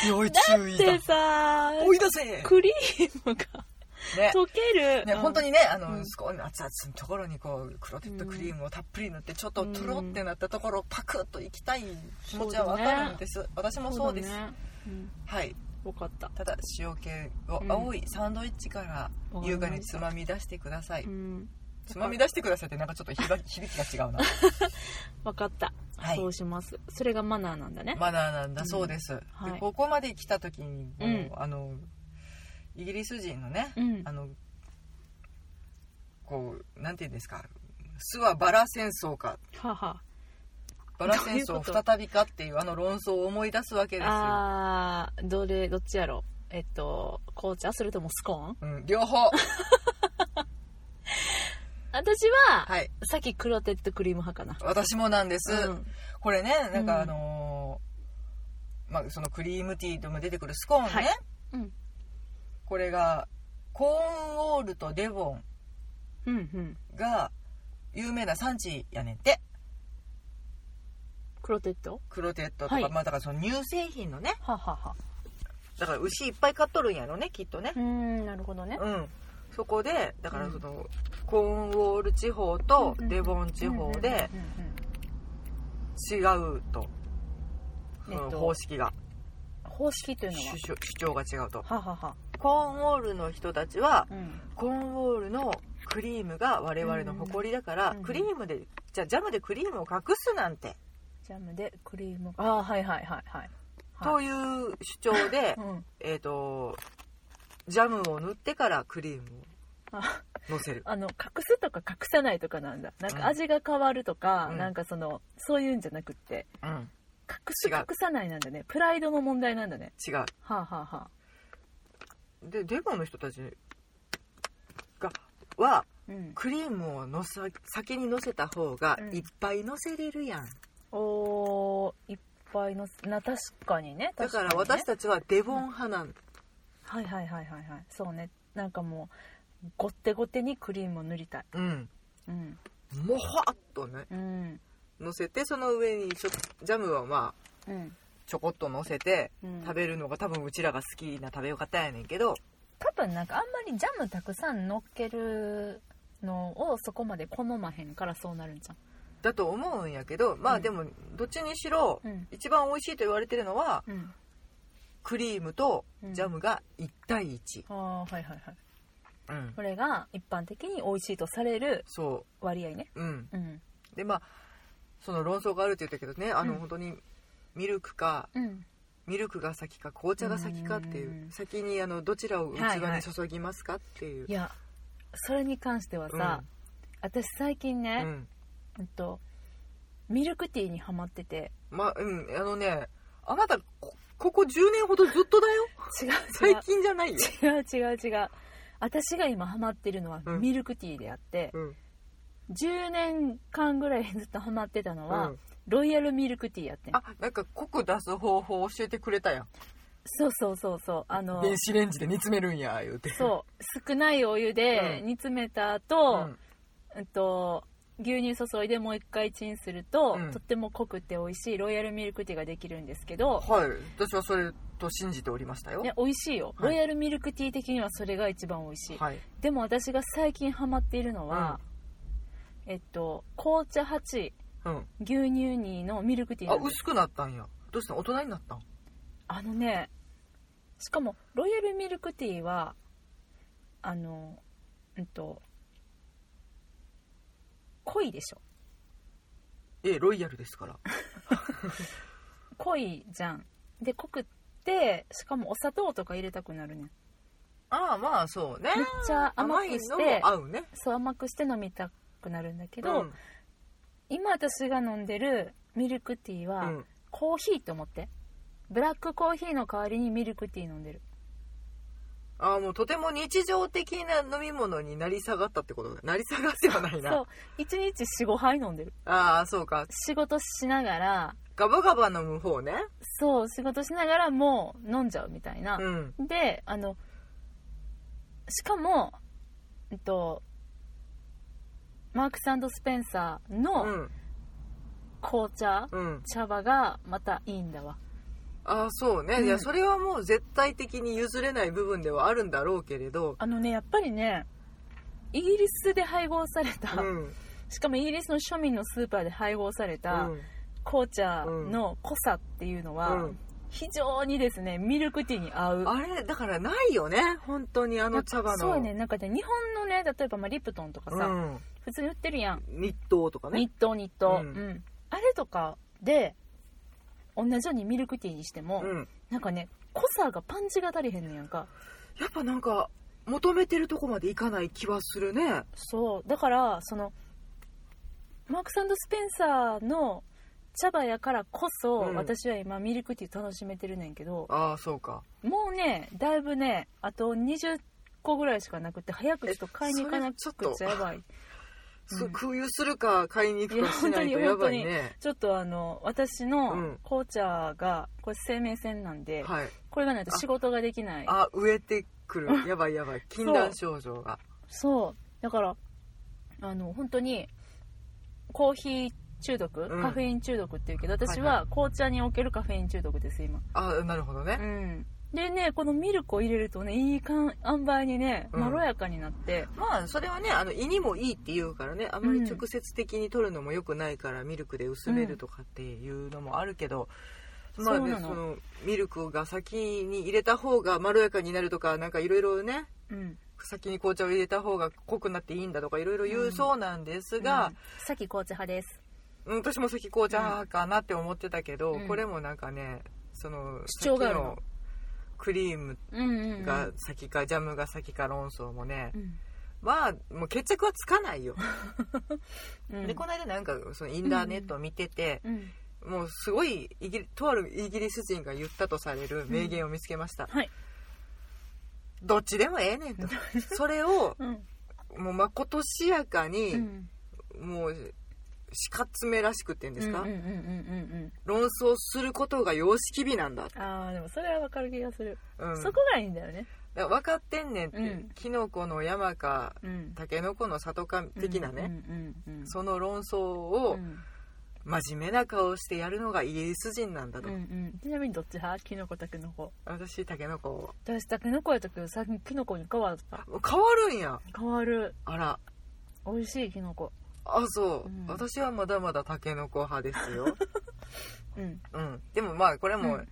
Speaker 2: 要注意
Speaker 1: で
Speaker 2: だ
Speaker 1: さー
Speaker 2: 追い出せ
Speaker 1: クリームが
Speaker 2: ね
Speaker 1: 溶ける、
Speaker 2: ね、
Speaker 1: うん
Speaker 2: 本当にねあの、
Speaker 1: うん
Speaker 2: すごい熱々のところにこうクロテッドクリームをたっぷり塗ってちょっととろってなったところをパクッといきたい気持ちはわかるんです、私もそうです
Speaker 1: だねうん
Speaker 2: はい
Speaker 1: よかった
Speaker 2: ただ塩気を青いサンドイッチから優雅につまみ出してください、
Speaker 1: うん
Speaker 2: つまみ出してくださいってなんかちょっとひら響きが違 うな
Speaker 1: わかった、
Speaker 2: はい
Speaker 1: そうしますそれがマナーなんだね、
Speaker 2: マナーなんだそうです、
Speaker 1: はい
Speaker 2: でここまで来た時にもう、
Speaker 1: うん
Speaker 2: あのイギリス人のね、
Speaker 1: うん
Speaker 2: あのこうなんて言うんですか巣はバラ戦争か
Speaker 1: はは
Speaker 2: バラ戦争再びかっていうあの論争を思い出すわけですよ、
Speaker 1: あーどれどっちやろえっと紅茶それともスコーン
Speaker 2: うん、両方
Speaker 1: 私は、
Speaker 2: はい
Speaker 1: さっきクロテッドクリーム派かな
Speaker 2: 私もなんです、
Speaker 1: うん
Speaker 2: これねなんか
Speaker 1: うん
Speaker 2: あのーまあ、そのクリームティーでも出てくるスコーンね、
Speaker 1: はいうん
Speaker 2: これがコーンウォールとデボ
Speaker 1: うんうん
Speaker 2: ンが有名な産地やねんて
Speaker 1: クロテッド
Speaker 2: クロテッドとか、
Speaker 1: はい
Speaker 2: まあだからその乳製品のね
Speaker 1: ははは
Speaker 2: だから牛いっぱい飼っとるんやろねきっとね
Speaker 1: うーんなるほどね
Speaker 2: うん、そこでだからその、コーンウォール地方とデボン地方で
Speaker 1: うんうんうんうん
Speaker 2: 違うと、
Speaker 1: うんうん
Speaker 2: その
Speaker 1: えっと
Speaker 2: 方式が
Speaker 1: 方式というのは
Speaker 2: 主主張が違うと
Speaker 1: ははは、
Speaker 2: コーンウォールの人たちは
Speaker 1: うん、
Speaker 2: コーンウォールのクリームが我々の誇りだから、
Speaker 1: うんうん
Speaker 2: クリームでじゃあジャムでクリームを隠すなんて、
Speaker 1: ジャムでクリームああはいはいはいはい
Speaker 2: という主張 で、
Speaker 1: うん、
Speaker 2: えっ、とジャムを塗ってからクリームを
Speaker 1: あ
Speaker 2: のせる
Speaker 1: あの隠すとか隠さないとかなんだなん
Speaker 2: うん
Speaker 1: か味が変わるとか、
Speaker 2: うん
Speaker 1: なんかそのそういうんじゃなくって
Speaker 2: うん
Speaker 1: 隠す
Speaker 2: 違う
Speaker 1: 隠さないなんだねプライドの問題なんだね
Speaker 2: 違う
Speaker 1: はあ、はあはあ、
Speaker 2: でデボンの人たちがは
Speaker 1: うん、
Speaker 2: クリームをのさ先にのせた方が
Speaker 1: うん
Speaker 2: いっぱいのせれるやん、
Speaker 1: おーいっぱいのな確かにね
Speaker 2: だから
Speaker 1: 確にね
Speaker 2: 私たちはデボン派なん、
Speaker 1: はいはいはいはいはいそうねなんかもうごってごてにクリームを塗りたい
Speaker 2: うん
Speaker 1: うん
Speaker 2: もはっとね
Speaker 1: うん
Speaker 2: のせてその上にちょジャムはまあ
Speaker 1: うん
Speaker 2: ちょこっとのせて
Speaker 1: うん
Speaker 2: 食べるのが多分うちらが好きな食べ方やねんけど
Speaker 1: 多分なんかあんまりジャムたくさん乗っけるのをそこまで好まへんからそうなるんじ
Speaker 2: だと思うんやけどま
Speaker 1: う
Speaker 2: あ
Speaker 1: ん
Speaker 2: でもどっちにしろ
Speaker 1: ゃんうん
Speaker 2: 一番美味しいと言われてるのは
Speaker 1: うん
Speaker 2: クリームとジャムが1対1、
Speaker 1: ああはいはいはい
Speaker 2: うん
Speaker 1: これが一般的に美味しいとされる
Speaker 2: そ
Speaker 1: 割合ね
Speaker 2: ううん
Speaker 1: うん
Speaker 2: でまあその論争があるって言ったけどねあの、
Speaker 1: うん
Speaker 2: 本当にミルクか
Speaker 1: うん
Speaker 2: ミルクが先か紅茶が先かっていう
Speaker 1: うん
Speaker 2: 先にあのどちらを器
Speaker 1: はいは
Speaker 2: に
Speaker 1: い
Speaker 2: 注ぎますかっていう、
Speaker 1: いやそれに関してはさ、私最近
Speaker 2: うん
Speaker 1: ね
Speaker 2: う、ん
Speaker 1: うんとミルクティーにハマってて
Speaker 2: まあうんあのねあなたこここ10年ほどずっとだよ
Speaker 1: 違う違
Speaker 2: 最
Speaker 1: う
Speaker 2: 近じゃないよ、
Speaker 1: 違う違う違う私が今ハマってるのは
Speaker 2: うん
Speaker 1: ミルクティーであって、
Speaker 2: うん
Speaker 1: 10年間ぐらいずっとハマってたの
Speaker 2: う
Speaker 1: は、
Speaker 2: ん、
Speaker 1: ロイヤルミルクティーやってん
Speaker 2: あなんか濃く出す方法教えてくれたやん
Speaker 1: そうそうそうそうあの
Speaker 2: 電子レンジで煮詰めるんや言うて
Speaker 1: そう少ないお湯で
Speaker 2: うん
Speaker 1: 煮詰めた
Speaker 2: う
Speaker 1: 後、
Speaker 2: ん
Speaker 1: うんと牛乳注いでもう一回チンすると、
Speaker 2: うん
Speaker 1: とっても濃くて美味しいロイヤルミルクティーができるんですけど、
Speaker 2: はい私はそれと信じておりましたよ、
Speaker 1: ね、美味しいよ、
Speaker 2: は
Speaker 1: ロ
Speaker 2: い
Speaker 1: イヤルミルクティー的にはそれが一番美味しい、
Speaker 2: はい
Speaker 1: でも私が最近ハマっているのは、えっと紅茶8牛
Speaker 2: うん
Speaker 1: 乳2のミルクティー
Speaker 2: あ
Speaker 1: なんです
Speaker 2: 薄くなったんやどうしたん大人になったん
Speaker 1: あのねしかもロイヤルミルクティーはあのうんと濃いでしょ
Speaker 2: えロイヤルですから
Speaker 1: 濃いじゃんで濃くってしかもお砂糖とか入れたくなるねん
Speaker 2: ああまあそう ね
Speaker 1: めっちゃ甘く
Speaker 2: い
Speaker 1: し
Speaker 2: のも
Speaker 1: て
Speaker 2: 合うね
Speaker 1: そう甘くして飲みたくなるんだけ
Speaker 2: う
Speaker 1: ど、
Speaker 2: ん
Speaker 1: 今私が飲んでるミルクティー
Speaker 2: う
Speaker 1: は、
Speaker 2: ん
Speaker 1: コーヒーと思ってブラックコーヒーの代わりにミルクティー飲んでる
Speaker 2: ああもうとても日常的な飲み物になり下がったってことだなり下がってはない
Speaker 1: そ
Speaker 2: な
Speaker 1: う1日45杯飲んでる
Speaker 2: ああそうか
Speaker 1: 仕事しながら
Speaker 2: ガバガバ飲む方ね
Speaker 1: そう仕事しながらもう飲んじゃうみたいな
Speaker 2: う、ん
Speaker 1: であのしかも、えっと、マークススペンサー
Speaker 2: う
Speaker 1: の
Speaker 2: ん
Speaker 1: 紅茶、
Speaker 2: うん
Speaker 1: 茶葉がまたいいんだわ
Speaker 2: ああそうね、
Speaker 1: うん
Speaker 2: いやそれはもう絶対的に譲れない部分ではあるんだろうけれど
Speaker 1: あのねやっぱりねイギリスで配合された、
Speaker 2: うん
Speaker 1: しかもイギリスの庶民のスーパーで配合された
Speaker 2: うん
Speaker 1: 紅茶の濃さっていうの
Speaker 2: う
Speaker 1: は
Speaker 2: ん
Speaker 1: 非常にですねミルクティーに合う
Speaker 2: あれだからないよね本当にあの茶葉の
Speaker 1: そうやねなんかね日本のね例えばまあリプトンとか
Speaker 2: う
Speaker 1: さ、
Speaker 2: ん
Speaker 1: 普通に売ってるやん
Speaker 2: 日東とかね
Speaker 1: 日東日東、
Speaker 2: う
Speaker 1: うんんあれとかで同じようにミルクティーにしても、
Speaker 2: うん
Speaker 1: なんかね濃さがパンチが足りへんねやんか
Speaker 2: やっぱなんか求めてるとこまでいかない気はするね
Speaker 1: そうだからそのマークススペンサーの茶葉やからこそ、
Speaker 2: うん
Speaker 1: 私は今ミルクティー楽しめてるねんけど
Speaker 2: ああそうか
Speaker 1: もうねだいぶねあと20個ぐらいしかなくて早くちょっと買いに行かなく
Speaker 2: えそれちょっと
Speaker 1: ちゃやばい
Speaker 2: す
Speaker 1: うん
Speaker 2: 空輸するか買いに行くかしない
Speaker 1: い
Speaker 2: と
Speaker 1: や
Speaker 2: や
Speaker 1: 本当
Speaker 2: ば
Speaker 1: に
Speaker 2: いね
Speaker 1: ちょっとあの私
Speaker 2: うん
Speaker 1: の紅茶がこれ生命線なんで、
Speaker 2: はい
Speaker 1: これがないと仕事ができない
Speaker 2: あ植えてくるやばいやばい禁断症状が
Speaker 1: そうだからあの本当にコーヒー中毒、
Speaker 2: うん
Speaker 1: カフェイン中毒っていうけど私
Speaker 2: はいは
Speaker 1: は紅茶におけるカフェイン中毒です今
Speaker 2: あなるほどね
Speaker 1: うんでねこのミルクを入れるとねいいかん塩梅にね
Speaker 2: うん
Speaker 1: まろやかになって、
Speaker 2: まあそれはねあの胃にもいいって言うからねあんまり直接的に取るのも良くないからミルクで薄めるとかっていうのもあるけど、
Speaker 1: うん
Speaker 2: まあ
Speaker 1: そう
Speaker 2: ね
Speaker 1: な
Speaker 2: そ
Speaker 1: の
Speaker 2: のミルクが先に入れた方がまろやかになるとかなんかいろいろね
Speaker 1: うん
Speaker 2: 先に紅茶を入れた方が濃くなっていいんだとかいろいろ言うそうなんですが、
Speaker 1: うんさっき紅茶派です
Speaker 2: うん私も先紅茶かなって思ってたけど、
Speaker 1: うん
Speaker 2: これもなんかねその
Speaker 1: 主張があるの
Speaker 2: さっきのクリーム
Speaker 1: うんうんうん
Speaker 2: が先か、ジャムが先か論争もね、
Speaker 1: うん
Speaker 2: まあもう決着はつかないよ、
Speaker 1: うん
Speaker 2: でこの間なんかそのインターネットを見てて、
Speaker 1: うん
Speaker 2: もうすごいイギリとあるイギリス人が言ったとされる名言を見つけました、
Speaker 1: はい、
Speaker 2: どっちでもええね んとそれを
Speaker 1: うん
Speaker 2: もうまことしやか
Speaker 1: う
Speaker 2: に、
Speaker 1: ん
Speaker 2: もうしかつめらしくって言うんですか、
Speaker 1: うんうんうんうん
Speaker 2: 論争することが様式美なんだ、
Speaker 1: うんああでもそれはわかる気がする、
Speaker 2: うん、
Speaker 1: そこがいいんだよね
Speaker 2: だから分かってんねんって、
Speaker 1: うん
Speaker 2: キノコの山か
Speaker 1: うん
Speaker 2: タケノコの里か的なね、
Speaker 1: うんうんうん
Speaker 2: その論争を
Speaker 1: うん
Speaker 2: 真面目な顔してやるのがイギリス人なんだと、
Speaker 1: うんうん、ちなみにどっち派キノコタケノコ
Speaker 2: 私タケノコ
Speaker 1: 私タケノコやったけど最近キノコに変わった
Speaker 2: 変わるんや
Speaker 1: 変わる
Speaker 2: あら
Speaker 1: 美味しいキノコ
Speaker 2: あそう、
Speaker 1: うん
Speaker 2: 私 はまだまだタケノコ派ですよ、
Speaker 1: うん
Speaker 2: うん、でもまあこれも
Speaker 1: うん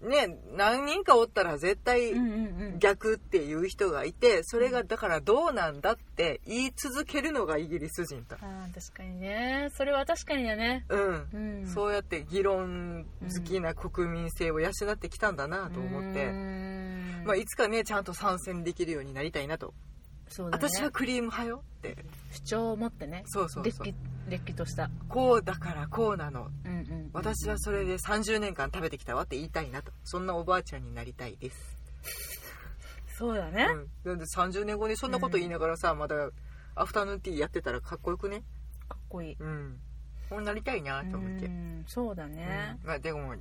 Speaker 2: ね何人かおったら絶対
Speaker 1: うんうん
Speaker 2: 逆っていう人がいてそれがだからどうなんだって言い続けるのがイギリス人だ
Speaker 1: あー確かにねそれは確かにだね
Speaker 2: うん
Speaker 1: うん
Speaker 2: そうやって議論好きな国民性を養ってきたんだなと思って、
Speaker 1: うん
Speaker 2: まあ、いつかねちゃんと参戦できるようになりたいなと、
Speaker 1: そうだね
Speaker 2: 私はクリーム派よって
Speaker 1: 主張を持ってね
Speaker 2: そうそう
Speaker 1: れっ
Speaker 2: そう
Speaker 1: きれっきとした
Speaker 2: こうだからこうなの
Speaker 1: うんうん
Speaker 2: 私はそれで30年間食べてきたわって言いたいなとそんなおばあちゃんになりたいです、
Speaker 1: そうだね
Speaker 2: うん、なんで30年後にそんなこと言いながらさ、まだアフタヌーンティーやってたらかっこよくね
Speaker 1: かっこいい
Speaker 2: うんこうなりたいなと思って、
Speaker 1: うんそうだね
Speaker 2: うんまあでも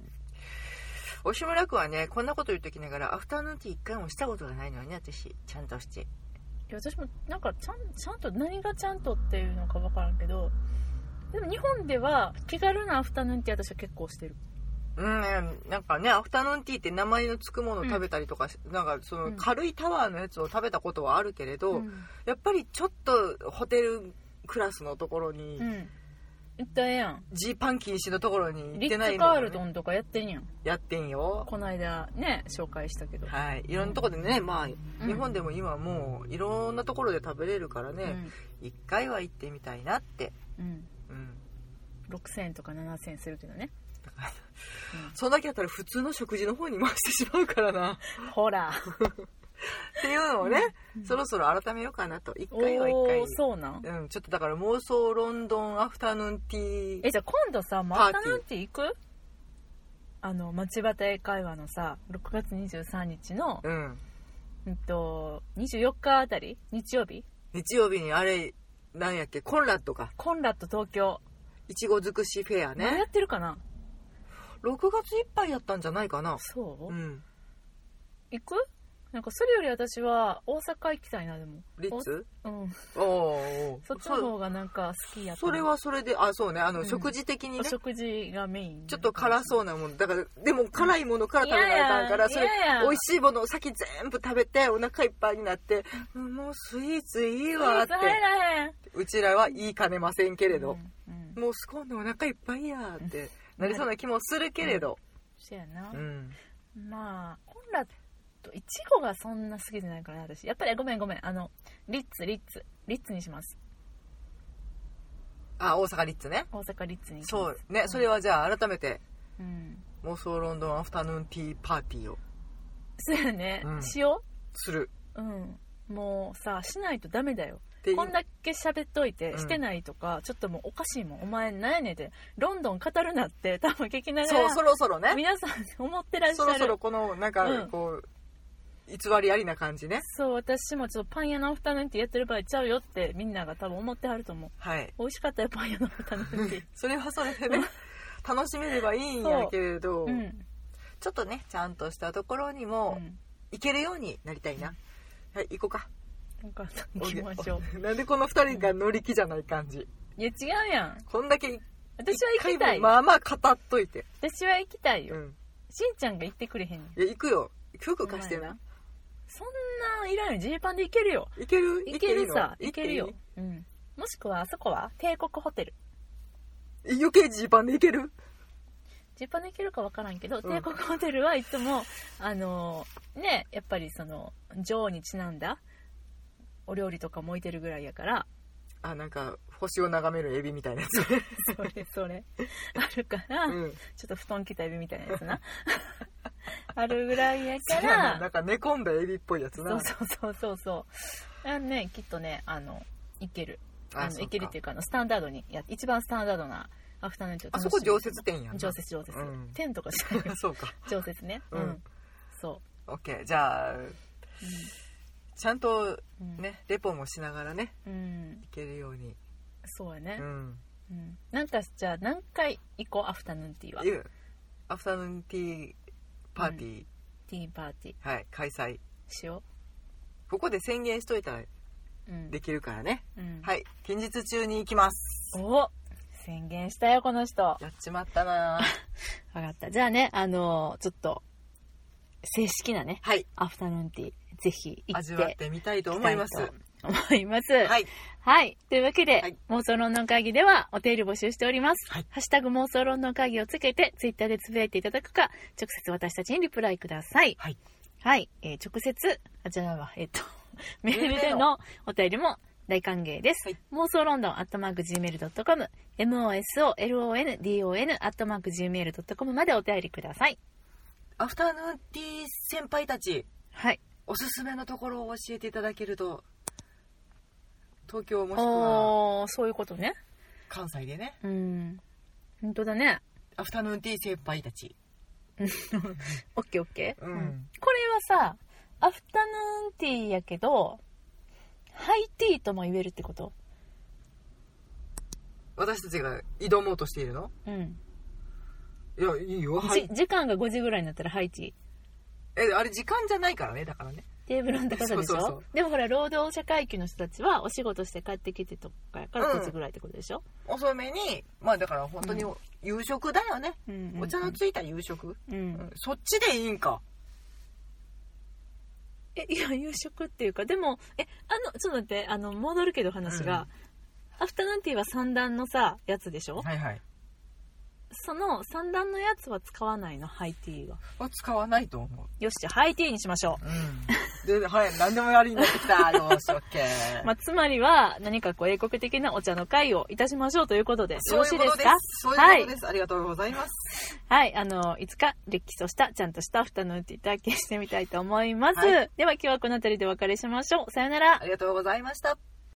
Speaker 2: 押村君はねこんなこと言うときながらアフタヌーンティー一回もしたことがないのにね私ちゃんとして
Speaker 1: いや私もなんかちゃんちゃんと何がちゃんとっていうのか分からんけどでも日本では気軽なアフタヌーンティー私は結構してる
Speaker 2: うんなんかねアフタヌーンティーって名前のつくものを食べたりとか、なんかそうの
Speaker 1: ん
Speaker 2: 軽いタワーのやつを食べたことはあるけれど、
Speaker 1: うん
Speaker 2: やっぱりちょっとホテルクラスのところに
Speaker 1: うん行ったらええやん
Speaker 2: ジー、パン禁止のところに行
Speaker 1: リ
Speaker 2: って
Speaker 1: ッ
Speaker 2: ない
Speaker 1: ツ・
Speaker 2: の
Speaker 1: カ
Speaker 2: が
Speaker 1: ー
Speaker 2: ね
Speaker 1: ルトンとかやってんやん
Speaker 2: やってんよ
Speaker 1: この間ね紹介したけど、
Speaker 2: はいいろんなとこでねまあ、
Speaker 1: うん
Speaker 2: 日本でも今はもういろんなところで食べれるからね、一回は行ってみたいなって
Speaker 1: うん、うん、
Speaker 2: うん
Speaker 1: 6000円とか7000円するけどね
Speaker 2: だからそんだけやったら普通の食事の方に回してしまうからな
Speaker 1: ほら
Speaker 2: っていうのをね、
Speaker 1: うん
Speaker 2: そろそろ改めようかなと一
Speaker 1: お
Speaker 2: 回は一回
Speaker 1: おそうなん
Speaker 2: うん、ちょっとだから妄想ロンドンアフタヌーンティー
Speaker 1: えじゃあ今度さ
Speaker 2: パ
Speaker 1: ま
Speaker 2: ーテ
Speaker 1: た
Speaker 2: ィー
Speaker 1: なんて行くあの町端英会話のさ6月23日の、
Speaker 2: うん
Speaker 1: うんと、24日あたり日曜日
Speaker 2: 日曜日にあれなんやっけコンラッドか
Speaker 1: コンラッド東京、
Speaker 2: いちご尽くしフェア
Speaker 1: まだや
Speaker 2: ね
Speaker 1: ってるかな
Speaker 2: 6月いっぱいやったんじゃないかな
Speaker 1: そう、
Speaker 2: うん
Speaker 1: 行くなんかそれより私は大阪行きたいなでも
Speaker 2: リッツ
Speaker 1: おうん
Speaker 2: おーおー
Speaker 1: そっちの方がなんか好きや
Speaker 2: そ
Speaker 1: った
Speaker 2: それはそれであそうねあの、
Speaker 1: うん
Speaker 2: 食事的に
Speaker 1: お
Speaker 2: ね
Speaker 1: 食事がメイン
Speaker 2: ちょっと辛そうなものだからでも辛いものから食べないかんから
Speaker 1: い
Speaker 2: そ
Speaker 1: やい
Speaker 2: れ
Speaker 1: やいやいや
Speaker 2: 美味しいものを先全部食べてお腹いっぱいになってうんもうスイーツいい
Speaker 1: い
Speaker 2: わって
Speaker 1: 入らへん
Speaker 2: うちらはいいかねませんけれど、
Speaker 1: うんうん
Speaker 2: もうスコーンでお腹いっぱいやーってなりそうな気もするけれど、
Speaker 1: そやな、
Speaker 2: うん、
Speaker 1: まあコンラッドいちごがそんな好きじゃないからな私やっぱりごめんごめんあのリッツリッツリッツにします
Speaker 2: あ大阪リッツね
Speaker 1: 大阪リッツにします
Speaker 2: そうねそれはじゃあ改めて
Speaker 1: うん
Speaker 2: 妄想ロンドンアフタヌーンティーパーティーを
Speaker 1: そうやね、
Speaker 2: うん
Speaker 1: しよ
Speaker 2: する
Speaker 1: ううんもうさしないとダメだよ
Speaker 2: って
Speaker 1: こんだけ喋っといて
Speaker 2: うん
Speaker 1: してないとか、ちょっともうおかしいもんお前何やねんってロンドン語るなって多分聞きなが
Speaker 2: そう
Speaker 1: ら
Speaker 2: そろそろね
Speaker 1: 皆さん思ってらっしゃ
Speaker 2: そ
Speaker 1: る
Speaker 2: ろそろこのなん
Speaker 1: う
Speaker 2: か
Speaker 1: ん
Speaker 2: こう、偽りありな感じね
Speaker 1: そう私もちょっとパン屋のアフタヌーンティーやってる場合ちゃうよってみんなが多分思ってはると思う
Speaker 2: はい
Speaker 1: 美味しかったよパン屋のアフタヌーンティー
Speaker 2: それはそれでね楽しめればいいんやけれど、
Speaker 1: うん、
Speaker 2: ちょっとねちゃんとしたところに
Speaker 1: う
Speaker 2: も
Speaker 1: ん、
Speaker 2: 行けるようになりたいな、はい行こうか
Speaker 1: なんか行きましょ
Speaker 2: なんでこの2人が乗り気じゃない感じ
Speaker 1: ういや違うやん
Speaker 2: こんだけ
Speaker 1: 私は行きたい
Speaker 2: 一回まあまあ語っといて、
Speaker 1: 私は行きたいうよ、
Speaker 2: ん、
Speaker 1: しんちゃんが行ってくれへんねん
Speaker 2: いや行くよ服貸して
Speaker 1: お前
Speaker 2: な
Speaker 1: らそんないらんよジーパンで行けるよ
Speaker 2: 行ける
Speaker 1: 行けるさ
Speaker 2: 行
Speaker 1: 行
Speaker 2: って
Speaker 1: け
Speaker 2: い
Speaker 1: る
Speaker 2: いの
Speaker 1: ようん、もしくはあそこは帝国ホテル
Speaker 2: 行っていい余計ジーパンで行ける
Speaker 1: ジーパンで行けるか分からんけど、帝国ホテルはいつも あのーねやっぱりその女王にちなんだお料理とかも置いてるぐらいやから
Speaker 2: あなんか星を眺めるエビみたいなやつ、
Speaker 1: それそれあるから、
Speaker 2: うん、
Speaker 1: ちょっと布団着たエビみたいなやつ なあるぐらいや
Speaker 2: そ
Speaker 1: か
Speaker 2: うやなな
Speaker 1: ら
Speaker 2: んか寝込んだエビっぽいやつ
Speaker 1: そ
Speaker 2: な
Speaker 1: うそうそうそうそうあのねきっとねあのいける
Speaker 2: あ
Speaker 1: あ
Speaker 2: そ
Speaker 1: の
Speaker 2: うか
Speaker 1: いけるっていうかあのスタンダードにや一番スタンダードなアフタヌーンティーを
Speaker 2: あそ
Speaker 1: 楽
Speaker 2: こ
Speaker 1: しみ
Speaker 2: 常設店やん
Speaker 1: 常設常設、
Speaker 2: うん
Speaker 1: 天とかじゃないよ
Speaker 2: そうか
Speaker 1: 常設ね
Speaker 2: う
Speaker 1: うんん、そ
Speaker 2: OK じゃあ
Speaker 1: う、
Speaker 2: ちゃんと
Speaker 1: うんうん、
Speaker 2: ねレポもしながらね
Speaker 1: うん
Speaker 2: 行けるように
Speaker 1: そうや
Speaker 2: う
Speaker 1: ね、
Speaker 2: ん
Speaker 1: うんなんかじゃあ何回行こうアフタヌーンティーは
Speaker 2: いうアフタヌーンティーパーティー、
Speaker 1: ティーパーティー
Speaker 2: はい開催
Speaker 1: しよ
Speaker 2: ここで宣言しといたら
Speaker 1: う、うん
Speaker 2: できるからね
Speaker 1: うん
Speaker 2: はい近日中に行きます
Speaker 1: お宣言したよこの人
Speaker 2: やっちまったなぁ
Speaker 1: わかった。じゃあね、あのーちょっと、正式なね、
Speaker 2: はい
Speaker 1: アフタヌーンティー、ぜひ行っ。
Speaker 2: 味わっててみたいと思います
Speaker 1: 行きたいと思います。
Speaker 2: はい。
Speaker 1: はい。というわけで、
Speaker 2: はい
Speaker 1: 妄想論の会議ではお手入れ募集しております。
Speaker 2: はい
Speaker 1: ハッシュタグ妄想論の会議をつけて、ツイッターでつぶやいていただくか、直接私たちにリプライください。
Speaker 2: はい。
Speaker 1: はい。えー直接、あ、じゃあ、えっ、と、 メール
Speaker 2: メー
Speaker 1: で
Speaker 2: ル
Speaker 1: のお便りも大歓迎です。
Speaker 2: はい
Speaker 1: 妄想ロンドンアットマーク Gmail.com、MOSOLONDON アットマーク Gmail.com までお便りください。
Speaker 2: アフタヌーンティー先輩たち、
Speaker 1: はい。
Speaker 2: おすすめのところを教えていただけると、東京もしくは
Speaker 1: おー、そういうことね。
Speaker 2: 関西でね、
Speaker 1: うん。本当だね。
Speaker 2: アフタヌーンティー先輩たち。
Speaker 1: オッケーオッケー。
Speaker 2: うん
Speaker 1: これはさ、アフタヌーンティーやけど、ハイティーとも言えるってこと
Speaker 2: 私たちが挑もうとしているの
Speaker 1: うん。
Speaker 2: いや、いいよ。は
Speaker 1: じ。
Speaker 2: い
Speaker 1: 時間が5時ぐらいになったらハイティー。
Speaker 2: え、あれ時間じゃないからね、だからね。
Speaker 1: テーブルの高さでしょ
Speaker 2: そうそうそう
Speaker 1: でもほら労働者階級の人たちはお仕事して帰ってきてとかやから
Speaker 2: うん
Speaker 1: 5時ぐらいってことでしょ、
Speaker 2: 遅めに、まあだから本当に夕食だよね。
Speaker 1: うんうんうん
Speaker 2: お茶のついた夕食、
Speaker 1: うん
Speaker 2: うんそっちでいいんか。
Speaker 1: えいや夕食っていうかでもえあのちょっと待ってあの戻るけど話が、アフタヌーンティーは三段のさやつでしょ、
Speaker 2: はいはい。
Speaker 1: その三段のやつは使わないのハイティーは
Speaker 2: は使わないと思う。
Speaker 1: よしじゃあハイティーにしましょう
Speaker 2: うん。で、はい、何でもやりになってきた。 よーし、オッケー。
Speaker 1: まあ、つまりは何かこう英国的なお茶の会をいたしましょうということでよ
Speaker 2: そう
Speaker 1: ろ
Speaker 2: い
Speaker 1: し
Speaker 2: う
Speaker 1: い
Speaker 2: こ
Speaker 1: です
Speaker 2: とです
Speaker 1: か。
Speaker 2: そういうことです。ありがとうございます。
Speaker 1: はい、あの、いつか、れっきとした、ちゃんとしたアフタヌーンティー体験してみたいと思います。
Speaker 2: は
Speaker 1: では今日はこの辺りでお別れしましょう。さよなら
Speaker 2: あ。りがとうございました。